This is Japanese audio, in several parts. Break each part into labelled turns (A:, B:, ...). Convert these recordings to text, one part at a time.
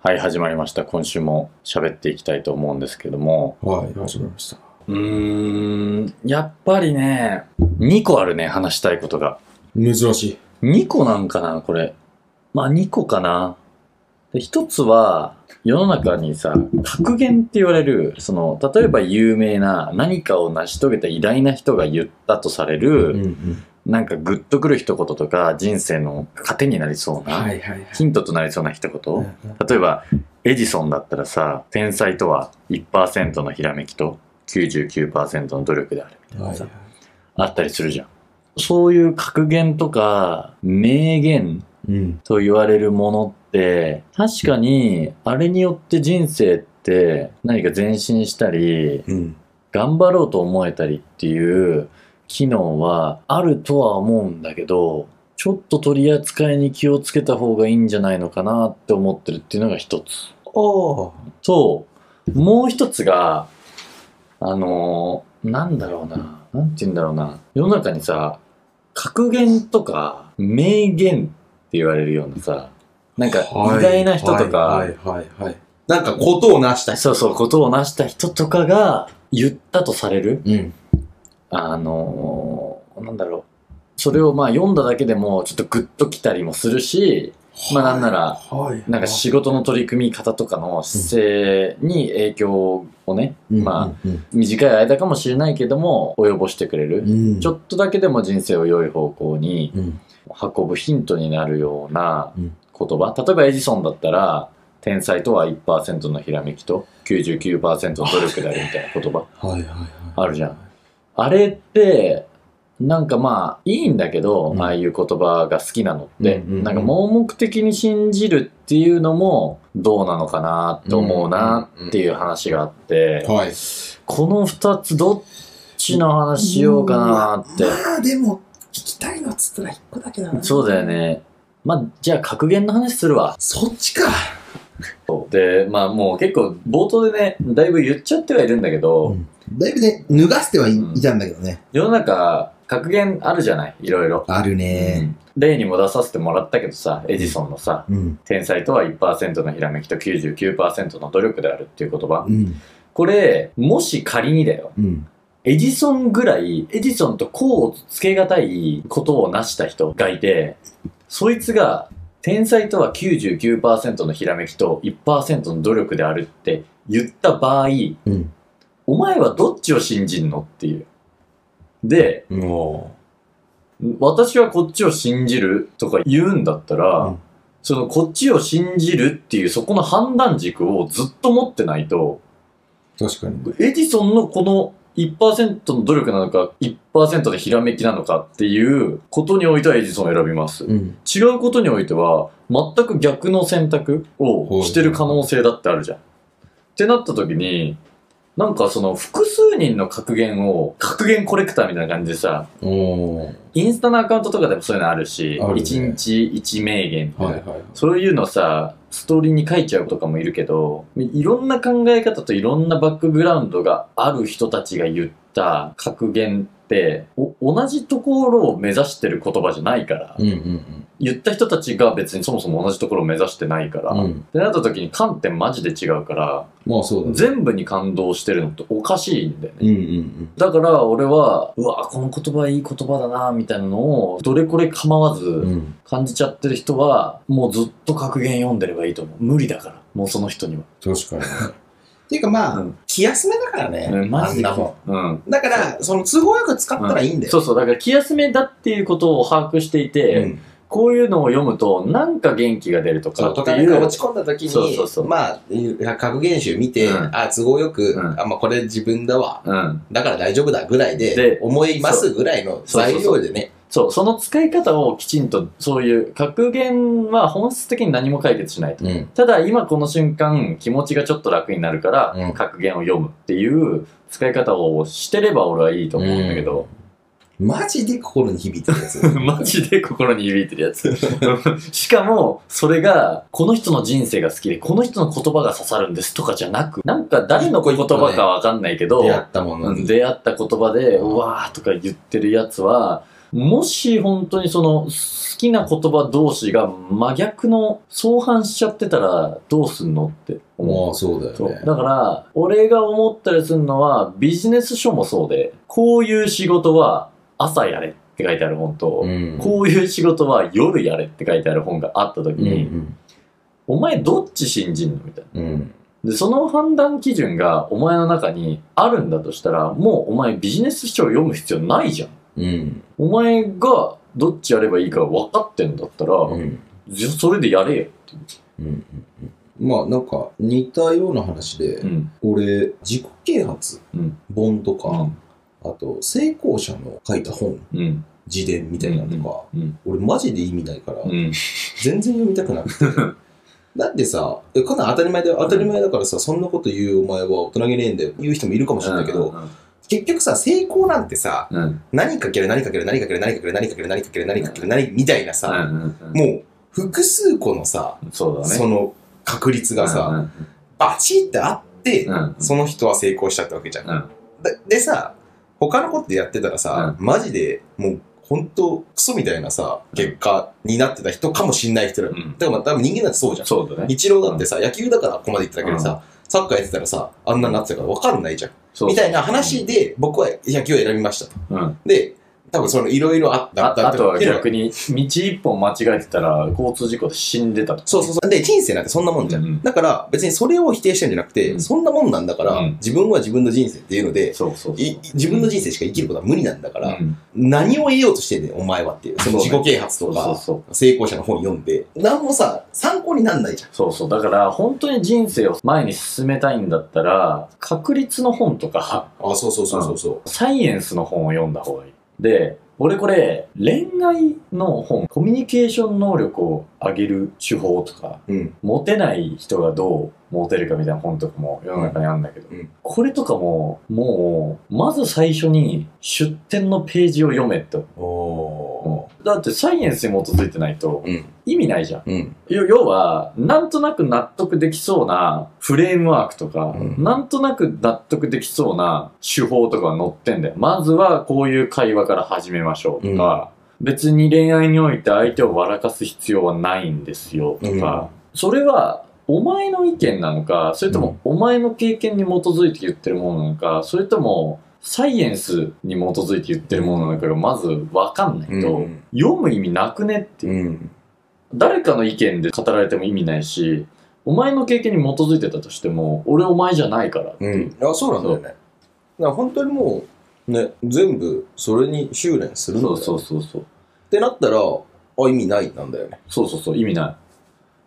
A: はい、始まりました。今週も喋っていきたいと思うんですけども。
B: はい、始めました。
A: うーん、やっぱりね、2個あるね、話したいことが。
B: 珍しい。
A: 2個なんかな、これ。まあ2個かな。で、1つは、世の中にさ、格言って言われる、その、例えば有名な何かを成し遂げた偉大な人が言ったとされる、
B: ん。
A: なんかグッとくる一言とか、人生の糧になりそうな、
B: はいはい
A: ヒントとなりそうな一言、
B: はい。
A: 例えばエジソンだったらさ天才とは1%のひらめきと99%の努力であるみたいなさ、あったりするじゃんそういう格言とか名言
B: うん。
A: と言われるものって確かにあれによって人生って何か前進したり
B: うん。
A: 頑張ろうと思えたりっていう機能はあるとは思うんだけどちょっと取り扱いに気をつけた方がいいんじゃないのかなって思ってるっていうのが一つ。
B: おー。
A: と、もう一つが、あのーなんだろうな、なんて言うんだろうな、世の中にさ、格言とか名言って言われるようなさ、なんか偉大な人とか、
B: はいはいはいはい。なんかことを成した人。
A: そうそう、ことを成した人とかが言ったとされる、
B: うん。
A: あのーなんだろう、それをまあ読んだだけでもちょっとグッときたりもするし、まあなんなら、
B: はい。
A: なんか仕事の取り組み方とかの姿勢に影響をね、
B: うん、
A: ま
B: あ、
A: 短い間かもしれないけども及ぼしてくれる、
B: うん。
A: ちょっとだけでも人生を良い方向に
B: うん。
A: 運ぶヒントになるような
B: うん
A: 言葉、例えばエジソンだったら天才とは1%のひらめきと99%の努力であるみたいな言葉
B: はいはいはい。
A: あるじゃん。あれってなんかまあいいんだけど、
B: うん
A: ああいう言葉が好きなのって、
B: うんうんうん
A: なんか盲目的に信じるっていうのもどうなのかなと思うなっていう話があって、
B: はい。
A: この二つどっちの話しようかなーって。
B: あ、でも、聞きたいのっつったら一個だけだ
A: そうだよ。ね。まあ、じゃあ格言の話するわ。
B: そっちか。
A: で、まあもう結構冒頭でね、だいぶ言っちゃってはいるんだけど、
B: だいぶね、脱がせてはい
A: うん
B: いたんだけどね。
A: 世の中格言あるじゃないいろいろ。
B: あるね。
A: 例にも出させてもらったけどさ、エジソンのさ、
B: うん。
A: 天才とは1%のひらめきと99%の努力であるっていう言葉。
B: うん。
A: これ、もし仮にだよ。
B: うん。
A: エジソンぐらい、エジソンとこをつけがたいことを成した人がいて、そいつが、天才とは99%のひらめきと1%の努力であるって言った場合、
B: うん。
A: お前はどっちを信じんのっていう。で、
B: も
A: 私はこっちを信じるとか言うんだったら、
B: うん
A: そのこっちを信じるっていうそこの判断軸をずっと持ってないと、
B: う、確かに。
A: エジソンのこの1%の努力なのか、1%でひらめきなのかっていうことにおいてはエジソンを選びます。
B: うん。
A: 違うことにおいては、全く逆の選択をしてる可能性だってあるじゃん。ってなった時に、なんかその複数人の格言を、格言コレクターみたいな感じでさ、
B: おー。
A: インスタのアカウントとかでもそういうのあるし、
B: あるね
A: 一日一名言みたいな
B: はいはい。
A: そういうのさ、ストーリーに書いちゃうとかもいるけど、いろんな考え方といろんなバックグラウンドがある人たちが言った格言って、お同じところを目指してる言葉じゃないから、
B: うんうん
A: 言った人たちが別にそもそも同じところを目指してないから、
B: うん。う
A: っ
B: ん。
A: てなった時に観点マジで違うから、
B: まあそうだね。
A: 全部に感動してるのっておかしいんだよね。
B: うんうん
A: だから俺は、うわ、この言葉いい言葉だな、みたいなのを、どれこれ構わず、
B: うん。うん。
A: 感じちゃってる人は、もうずっと格言読んでればいいと思う。無理だから、もうその人には。
B: 確かに。っていうかまあ、
A: うん
B: 気休めだからね。
A: うんマジで
B: あんなも
A: うん。
B: ん。だから、その都合よく使ったらいいんだよ。
A: そうそう、だから気休めだっていうことを把握していて、
B: ん。
A: こういうのを読むと、なんか元気が出るとか
B: そう
A: って
B: とか、ないんか
A: う。
B: 落ち込んだ時に、
A: そうそうそう
B: まあ、格言集見て、
A: うん
B: あ、都合よく、
A: うん
B: あ、まあこれ自分だわ。
A: うん。
B: だから大丈夫だぐらい
A: で
B: で、思いますぐらい
A: そ
B: の
A: うそう
B: 材料でね。
A: そう、その使い方をきちんと、そういう、格言は本質的に何も解決しないと。
B: うん。
A: ただ、今この瞬間、気持ちがちょっと楽になるから、
B: うん
A: 格言を読むっていう使い方をしてれば俺はいいと思うんだけど、。
B: マジで心に響いてるやつ
A: マジで心に響いてるや つ。しかも、それが、この人の人生が好きで、この人の言葉が刺さるんですとかじゃなく、なんか誰の言葉かわかんないけど、
B: 出会ったもの
A: うん
B: に。
A: 出会った言葉で、うわーとか言ってるやつは、もし本当にその好きな言葉同士が真逆の相反しちゃってたらどうすんのって
B: ま
A: 思
B: あ、そうだ
A: う。そう
B: よね。
A: だから、俺が思ったりするのはビジネス書もそうで、こういう仕事は朝やれって書いてある本と、
B: うん
A: こういう仕事は夜やれって書いてある本があった時
B: うん
A: に、お前どっち信じんのみたい
B: うんうん
A: な。で、その判断基準がお前の中にあるんだとしたら、もうお前ビジネス書を読む必要ないじゃん。
B: うん
A: お前がどっちやればいいか分かってんだったら、
B: うん
A: じゃそれでやれよっていう。
B: うんまあなんか似たような話で、
A: うん。
B: 俺自己啓発
A: うん
B: 本とか、あと成功者の書いた本
A: うん。
B: 自伝みたいなのとか、
A: うん。
B: 俺マジで意味ないから、
A: うん。
B: 全然読みたくなくてだってさえこんなん当たり前だよ当たり前だからさそんなこと言うお前は大人げねえんだよ言う人もいるかもしれないけど、結局さ成功なんてさ
A: うん。うん。
B: 何かける何かける何かける何かける何かける何かける何かける何みたいな
A: う
B: さ、
A: んうん。
B: もう複数個のさ
A: うん。そうだね。
B: その確率がさ、バチってあって、
A: うん、うん。
B: その人は成功したってわけじゃん。
A: うん。うん。
B: ででさ、他のことやってたらさ、マジでもう本当クソみたいなさ、結果になってた人かもしんない人だ。だ
A: うん
B: からまあ多分人間だってそうじゃん。
A: そうだね。
B: 一郎だってさ、野球だからここまで行ってたけどさ、サッカーやってたらさ、あんなになってたからわかんないじゃん。
A: そう
B: みたいな話で僕は野球を選びましたと。
A: うん。
B: で、多分そのいろいろあった
A: ああとは
B: っていうのが
A: 逆に、道一本間違えてたら、交通事故で死んでたと。
B: そうそうそう。で、人生なんてそんなもんじゃん。
A: うん
B: だから、別にそれを否定してるんじゃなくて、
A: うん
B: そんなもんなんだから、
A: うん
B: 自分は自分の人生っていうので、
A: そうそうそう。
B: い自分の人生しか生きることは無理なんだか、
A: から
B: 何を得ようとしてんねん、お前はっていう。その自己啓発
A: そ
B: と
A: うそう
B: か、
A: そう。
B: 成功者の本読んで、なんもさ、参考になんないじゃん。
A: そうそう。だから、本当に人生を前に進めたいんだったら、確率の本とか、
B: あ、そうそうそうそうそう。
A: サイエンスの本を読んだ方がいい。で、俺これ、恋愛の本、コミュニケーション能力を上げる手法とか、
B: うん。
A: モテない人がどうモテるかみたいな本とかも世の中にあるんだけど、
B: うんうん
A: これとかも、もう、まず最初に出典のページを読めと。
B: お
A: だってサイエンスに基づいてないと
B: うん。
A: 意味ないじゃん。
B: うん。
A: 要要は、なんとなく納得できそうなフレームワークとか、
B: うん
A: なんとなく納得できそうな手法とかが載ってんだよ。まずはこういう会話から始めましょうとか、別に恋愛において相手を笑かす必要はないんですよとか、それはお前の意見なのか、それともお前の経験に基づいて言ってるものなのか、それともサイエンスに基づいて言ってるものなのかがまずわかんな
B: う
A: いと、
B: ん。
A: 読む意味なくねっていう。
B: うん。
A: 誰かの意見で語られても意味ないし、お前の経験に基づいてたとしても、俺お前じゃないからって
B: う
A: い
B: ん
A: う。。
B: あ、そうなんだよね。だから本当にもう、ね、全部それに修練するん
A: そ
B: だよ
A: うそうそうそう。
B: ってなったら、あ、意味ないなんだよね。
A: そうそうそう、意味ない。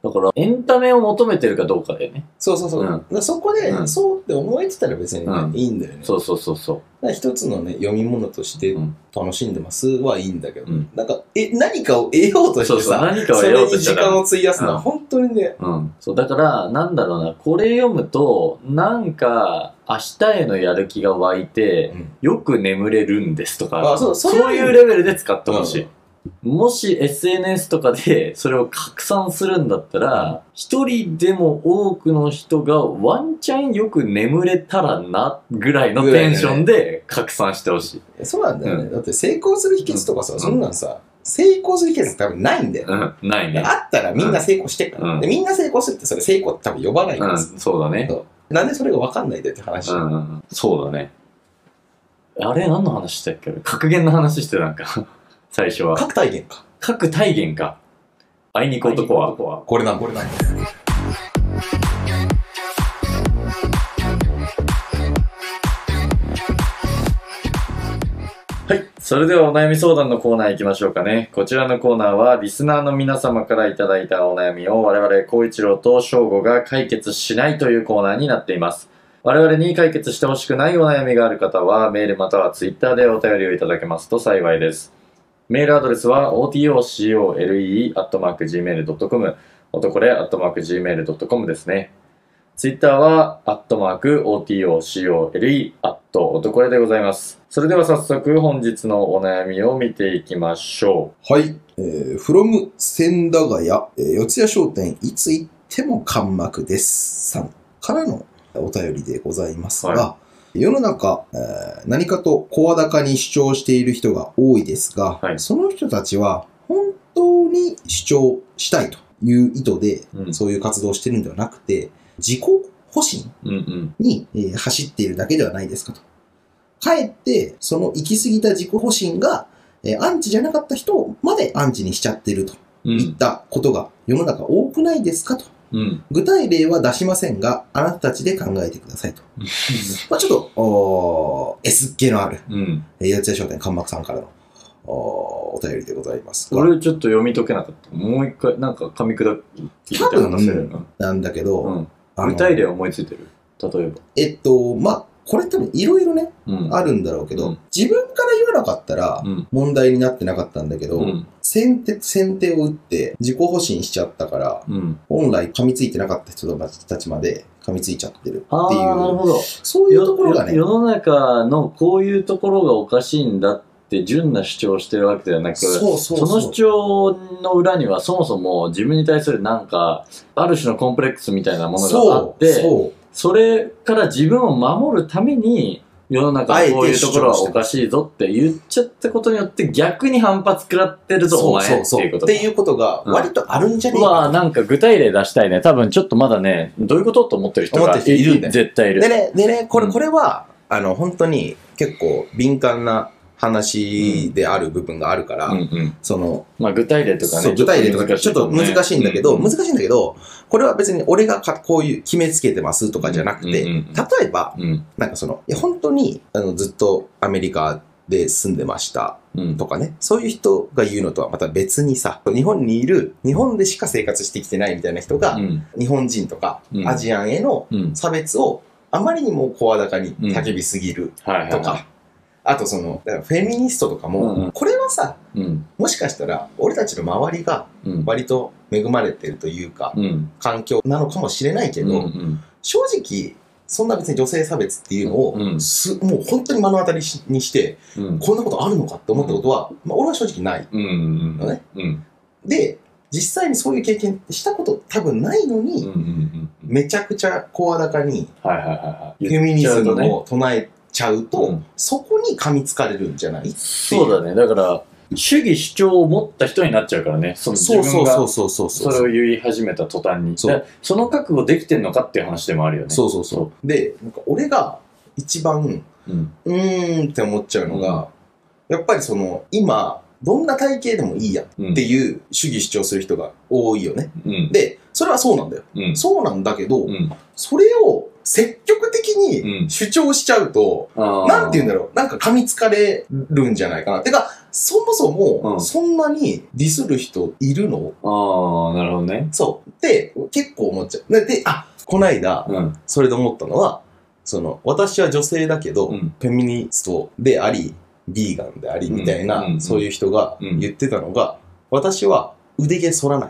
A: だから、エンタメを求めてるかどうかだよね。
B: そうそうそう。
A: うん
B: だからそこで、
A: うん
B: そうって思えてたら別にね、
A: うん
B: いいんだよね。
A: そうそうそうそ
B: だから一つのね、読み物として
A: うん
B: 楽しんでますはいいんだけど、
A: うん
B: なんか、え、何かを得ようと
A: う。
B: し
A: そう
B: て
A: そう、
B: さ、
A: 何
B: そ
A: かを得よう
B: れ
A: と
B: に
A: した
B: 時
A: ら
B: 間を費やすの
A: う
B: は
A: ん
B: 本当にね、
A: うん、そうだからなんだろうなこれ読むとなんか明日へのやる気が湧いてよく眠れるんですとか
B: あそうそれはいい
A: いうレベルで使ってほしい、もし SNS とかでそれを拡散するんだったら一人でも多くの人がワンチャンよく眠れたらなぐらいのテンションで拡散してほしい、
B: そうなんだよね、
A: う
B: だって成功する秘訣とかさ、
A: うん
B: そんなんさ、成功する秘訣多分ないんだよ。
A: うん、ないね
B: あったらみんな成功してるから、
A: うん
B: で。みんな成功するってそれ成功って多分呼ばないか
A: う
B: ら
A: ん
B: さ、
A: そうだね
B: そうなんでそれが分かんないんだよって話。
A: うんうんうんそうだね。あれ、何の話したっけ格言の話してたんか。最初は。
B: 各体験か。
A: 各体言か。あいにく男は。
B: これなんだこれなんだ
A: はい。それではお悩み相談のコーナー行きましょうかね。こちらのコーナーは、リスナーの皆様からいただいたお悩みを我々、光一郎と翔吾が解決しないというコーナーになっています。我々に解決してほしくないお悩みがある方は、メールまたはツイッターでお便りをいただけますと幸いです。メールアドレスは、otocole.gmail.com、男で .gmail.com ですね。ツイッターは、アットマーク、OTOCOLE、アット、男れでございます。それでは早速、本日のお悩みを見ていきましょ
B: はい。えー、from 千駄ヶ谷、えー、四谷商店、いつ行っても完幕です。さんからのお便りでございますが、
A: は
B: 世の中、えー何かと声高に主張している人が多いですが、
A: はい
B: その人たちは本当に主張したいという意図で、
A: うん
B: そういう活動をしてるんではなくて、自己保身
A: うんうん。
B: に、えー走っているだけではないですかと。かえって、その行き過ぎた自己保身が、えーアンチじゃなかった人までアンチにしちゃってると
A: う
B: いっ
A: ん。
B: たことが世の中多くないですかと。
A: うん。
B: 具体例は出しませんが、あなたたちで考えてくださいと。まあ、ちょっと、おー S 系のある、
A: うん。
B: えー、八千代商店関幕さんからのおーお便りでございますが。
A: 俺ちょっと読み解けなかった。もう一回、なんか噛み砕き聞いて話せるな。
B: なんだけど、
A: うん。
B: あの
A: 具体例思いついてる例えば。
B: えっと、まあ、これ多分いろいろね、
A: うん。
B: あるんだろうけど、
A: うん
B: 自分から言わなかったら
A: うん。
B: 問題になってなかったんだけど、
A: うん。
B: 先手、先手を打って自己保身しちゃったから、
A: うん。
B: 本来噛みついてなかった人たちまで噛みついちゃってるってい
A: ああ、なる
B: う、
A: ほど。
B: そういうところがね、
A: よ世の中のこういうところがおかしいんだって純な主張をしてるわけではなく
B: そうそうそう。
A: その主張の裏にはそもそも自分に対するなんかある種のコンプレックスみたいなものがあって
B: そう
A: そ
B: そう
A: れから自分を守るために世の中のこういうところはおかしいぞって言っちゃったことによって逆に反発食らってるぞお前
B: そうそうそう
A: っていうこと
B: っていうことが
A: うん
B: 割とあるんじゃねえ
A: う
B: か
A: わぁなんか具体例出したいね多分ちょっとまだねどういうことと思ってる人
B: 思
A: が
B: ってる人いるんだよ
A: 絶対いる
B: でねでねこれ
A: うん
B: これは、あの本当に結構敏感な話である部分があるから、
A: うんうん
B: その
A: まあ具体例とかね
B: そう具体例とかち
A: ち
B: ょ
A: ょっと
B: っと
A: 難しい
B: 難しいんだけど、
A: うん
B: 難しいんだけどこれは別に俺がかこういう決めつけてますとかじゃなくて、
A: うんうんうん
B: 例えば
A: うん
B: なんかそのいや本当にあのずっとアメリカで住んでました
A: うん
B: とかね、そういう人が言うのとはまた別にさ、日本にいる、日本でしか生活してきてないみたいな人が、
A: うん
B: 日本人とか
A: うん
B: アジアンへの
A: うん
B: 差別をあまりにも声高に叫びすぎる
A: はいはいはい
B: とか、あとその、だからフェミニストとか
A: うんう
B: も、
A: ん
B: これはさ、
A: うん
B: もしかしたら俺たちの周りが
A: うん
B: 割と恵まれてるというか、
A: うん
B: 環境なのかもしれないけ
A: うんう
B: ど、
A: ん
B: 正直、そんな別に女性差別っていうのを、
A: うん
B: すもう本当に目の当たりにして、
A: うん
B: こんなことあるのかって思ったことは、まあ、俺は正直ない。
A: うんうんうんうん
B: で、実際にそういう経験したこと多分ない
A: う
B: の
A: んう
B: に、
A: んうん
B: めちゃくちゃ声高に
A: はいはいはいはい
B: フェミニズム
A: ね
B: を唱えちゃうと、
A: うん
B: そこに噛みつかれるんじゃない
A: そうだねだから主義主張を持った人になっちゃうからねその自
B: そうそ
A: 分
B: うそ
A: が
B: うそうそうそ
A: そうれ
B: そ
A: を
B: う
A: 言い始めた途端に
B: そう
A: だからその覚悟できてんのかっていう話でもあるよね
B: そうそうそうでなんか俺が一番
A: うん
B: うーんって思っちゃうのが、やっぱりその今どんな体型でもいいやっ
A: うん
B: ていう主義主張する人が多いよね
A: うん
B: でそれはそうなんだよ
A: うん
B: そうなんだけど、
A: うん
B: それを積極的
A: う
B: に
A: ん
B: 主張しちゃうと、
A: あー
B: なんて言うんだろう、なんか噛みつかれるんじゃないかな。てか、そもそうも、
A: ん
B: そんなにディスる人いるの、
A: ああなるほどね
B: そう。って、結構思っちゃう。で、であ、こないだ、
A: うん
B: それで思ったのは、その、私は女性だけど、
A: うん
B: フェミニストであり、ビーガンであり、みたいな、
A: うんうん
B: そういう人が
A: うん
B: 言ってたのが、私は腕毛剃らない。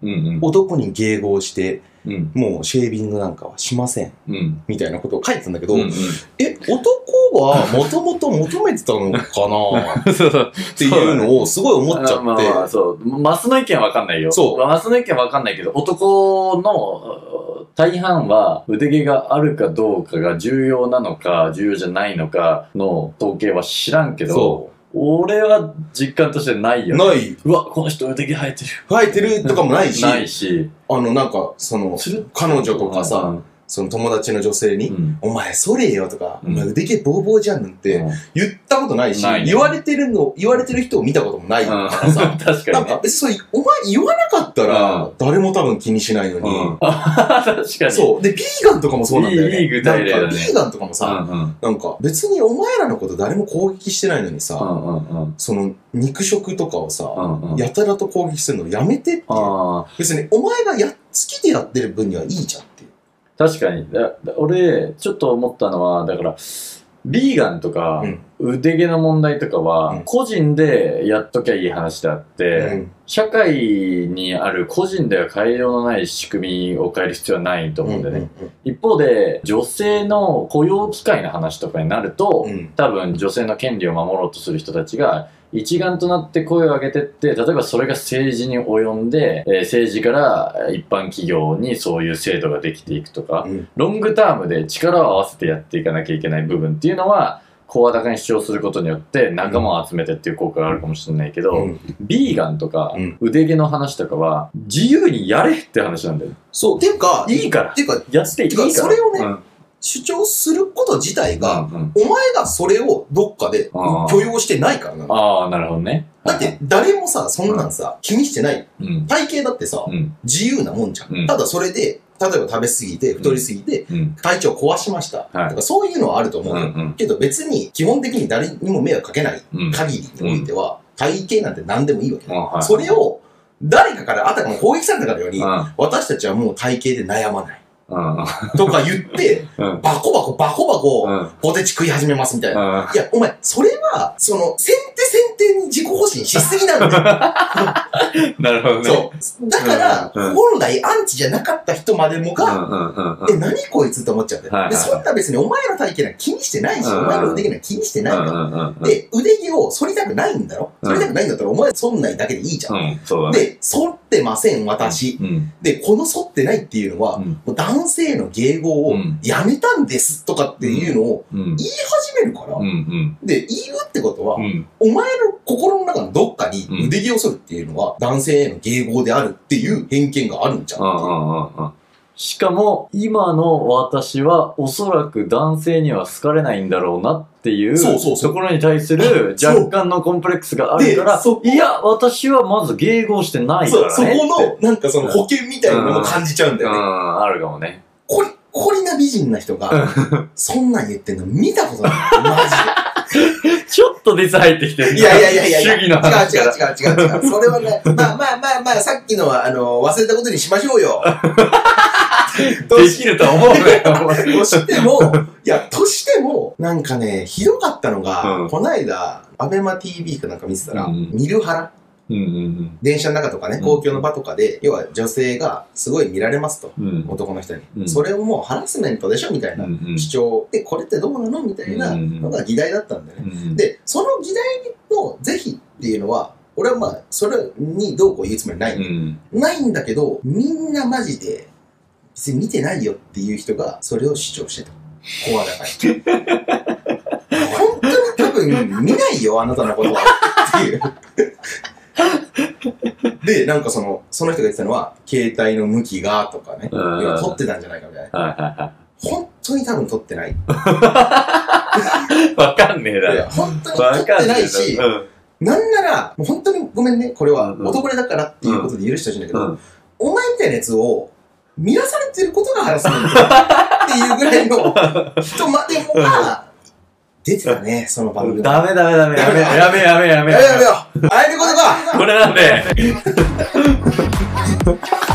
A: うん
B: 男に迎合して、
A: うんうん
B: もうシェービングなんかはしません。
A: うん
B: みたいなことを書いてたんだけど、
A: うんうん
B: え、男はもともと求めてたのかな
A: そうそう
B: っていうのをすごい思っちゃっ
A: ま
B: て、
A: あまあまあそう。マスの意見わかんないよ。
B: そう
A: マスの意見わかんないけど、男のうん大半は腕毛があるかどうかが重要なのか、重要じゃないのかの統計は知らんけど、
B: そ。
A: 俺は実感としてないうよ。
B: ない、
A: うわ、この人腕毛生えてる。
B: 生えてるとかもないし、
A: ないし。
B: あの、なんか、その、
A: つる
B: 彼女とか
A: う
B: さ、
A: ん
B: その友達の女性に、
A: うん
B: お前、それよとか、
A: うん
B: お前、腕毛ボーボーじゃんなんて
A: うん
B: 言ったことないし、
A: ないね
B: 言われてるの、言われてる人を見たこともないから さ、
A: 確か
B: な
A: に
B: んか
A: ね。
B: 別にそれ、お前言わなかったら
A: う、
B: 誰も多分気にしないの に、
A: うん確かに。
B: そう。で、ビーガンとかもそうなんだよね。
A: いいいい具体例だね
B: なんか、ビーガンとかも
A: う
B: さ、
A: んうん。
B: なんか別にお前らのこと誰も攻撃してないのにさ、
A: うんうんうん
B: その肉食とかを
A: う
B: さ、
A: んうん。
B: やたらと攻撃するのやめてっていう
A: ああ。
B: 別にお前がやっつきでやってる分にはいいじゃんっていう。
A: 確かにだだ俺ちょっと思ったのはだからビーガンとか、
B: うん
A: 腕毛の問題とかは、
B: うん
A: 個人でやっときゃいい話であって、社会にある個人では変えようのない仕組みを変える必要はないと
B: うん
A: 思うんだよね。
B: うん
A: 一方で、女性の雇用機会の話とかになると、
B: うん
A: 多分女性の権利を守ろうとする人たちが一丸となって声を上げてって例えばそれが政治に及んで、えー政治からえー一般企業にそういう制度ができていくとか、
B: うん
A: ロングタームで力を合わせてやっていかなきゃいけない部分っていうのは声高に主張することによって仲間を集めてっていう効果があるかもしれないけど、
B: うん
A: ビーガンとか
B: うん
A: 腕毛の話とかは自由にやれって話なんだよ
B: そう、ていうか、
A: いいから
B: ていうか、
A: やっていいから
B: てかそれをね
A: うん
B: 主張すること自体が、
A: うんうん
B: お前がそれをどっかで
A: あー
B: 許容してないからなの。
A: ああなるほどね
B: だって、誰もさ、そんなんさ、気にしてない。
A: うん
B: 体型だってさ
A: う、ん
B: 自由なもんじゃ
A: うん
B: ん。ただそれで、例えば食べ過ぎて、太り過ぎて、
A: うん
B: 体調壊しました。
A: はい
B: とか、そういうのはあると思
A: う
B: うんの
A: う
B: よ。
A: ん
B: けど別に、基本的に誰にも迷惑かけない
A: うん
B: 限りにおいては、体型なんて何でもいいわけ。
A: あはい
B: それを、誰かから、あたかも攻撃されたかのように
A: う、ん
B: 私たちはもう体型で悩まない。
A: うん
B: とか言って、
A: うん
B: バコバコ、バコバ
A: う
B: コ、
A: ん
B: ポテチ食い始めますみたいな。
A: あ
B: いや、お前、それは、その、先手先手に自己保身しすぎな んだよ。
A: ーなるほどね。
B: そう。だから、
A: うんうん
B: 本来アンチじゃなかった人までも
A: うん
B: が、
A: うんうんうん
B: え、何こいつって思っちゃって。
A: はいはい
B: で、そんな別にお前の体型なんか気にしてないし、
A: うん
B: お前の腕毛なんか気にしてないから。
A: うんうんうん
B: で、腕毛を反りたくないんだろ
A: うん
B: 反りたくないんだったら、お前そんないだけでいいじゃん。
A: うん、そうだね。
B: で、反ってません、私。
A: うん
B: で、この反ってないっていうのは、
A: うん
B: もう男性の迎合
A: う
B: を
A: ん
B: やめたんですとかっていうのを
A: うん
B: 言い始めるから、
A: うん
B: で、言うってことは、
A: うんうん
B: お前の心の中のどっかに
A: うん
B: 腕毛を剃るっていうのは男性への迎合であるっていう偏見があるんじゃん。
A: うんうんうんしかも、今の私はおそらく男性には好かれないんだろうなっていう
B: そうそうそう
A: ところに対する
B: そう
A: 若干のコンプレックスがあるか
B: で
A: ら
B: そこ、
A: いや、私はまず迎合してないか
B: そう
A: ら
B: そ
A: ね。
B: この、なんかその保険みたいなのを感じちゃうんだ
A: う
B: よね。
A: ん、あるかもね。
B: こり、こりな美人な人が、そんなん言ってんの見たこと ない。マジ
A: ちょっとディス入ってきてる。
B: で。いやいやいやいやいや。
A: 主義の話
B: 違
A: か
B: う
A: ら。
B: 違う違う違う違う。 それはね、まあまあまあまあ、さっきのは、あの、忘れたことにしましょ うよ。と
A: で
B: し
A: きると思うね。
B: としても、いや、としても、なんかね、ひどかったのが、
A: うん
B: こないだ、アベマ TV かなんか見てたら、
A: うん
B: 見るハラ
A: うんうん
B: 電車の中とかね、
A: うん
B: 公共の場とかで、要は女性がすごい見られますと、
A: うん。うん
B: 男の人に。
A: うん
B: それをもうハラスメントでしょみたいな
A: うんうん
B: 主張。で、これってどうなのみたいな
A: うん
B: のが議題だったんだよね。
A: うん
B: で、その議題の是非っていうのは、俺はまあ、それにどうこう言うつもりない。
A: うん
B: ないんだけど、みんなマジで、別に見てないよっていう人が、それを主張 してた。コアだから。本当に多分、見ないよ、あなたのことは。 っていう。で、なんかその、その人が言ってたのは、携帯の向きが、とかね。
A: うんはい
B: 撮ってたんじゃないかみたいな。
A: はいは
B: 本当に多分撮ってない。
A: い。わかんねえだろ。
B: 本当に撮
A: わ
B: っ
A: か
B: て
A: んね
B: ない
A: え
B: し
A: だ、ろ。
B: なんなら、もう本当にごめんね、これは
A: うん
B: 男れだからっていうことで許してほしいんだけ
A: う
B: ど、
A: んうん
B: お前みたいなやつを見なされてることがハラスメントっていうぐらいの人までもが出てたね、その番組。
A: ダメダメダメダメや
B: や
A: めやめやめ
B: やめよやめよああいうことか
A: これなんで
C: 「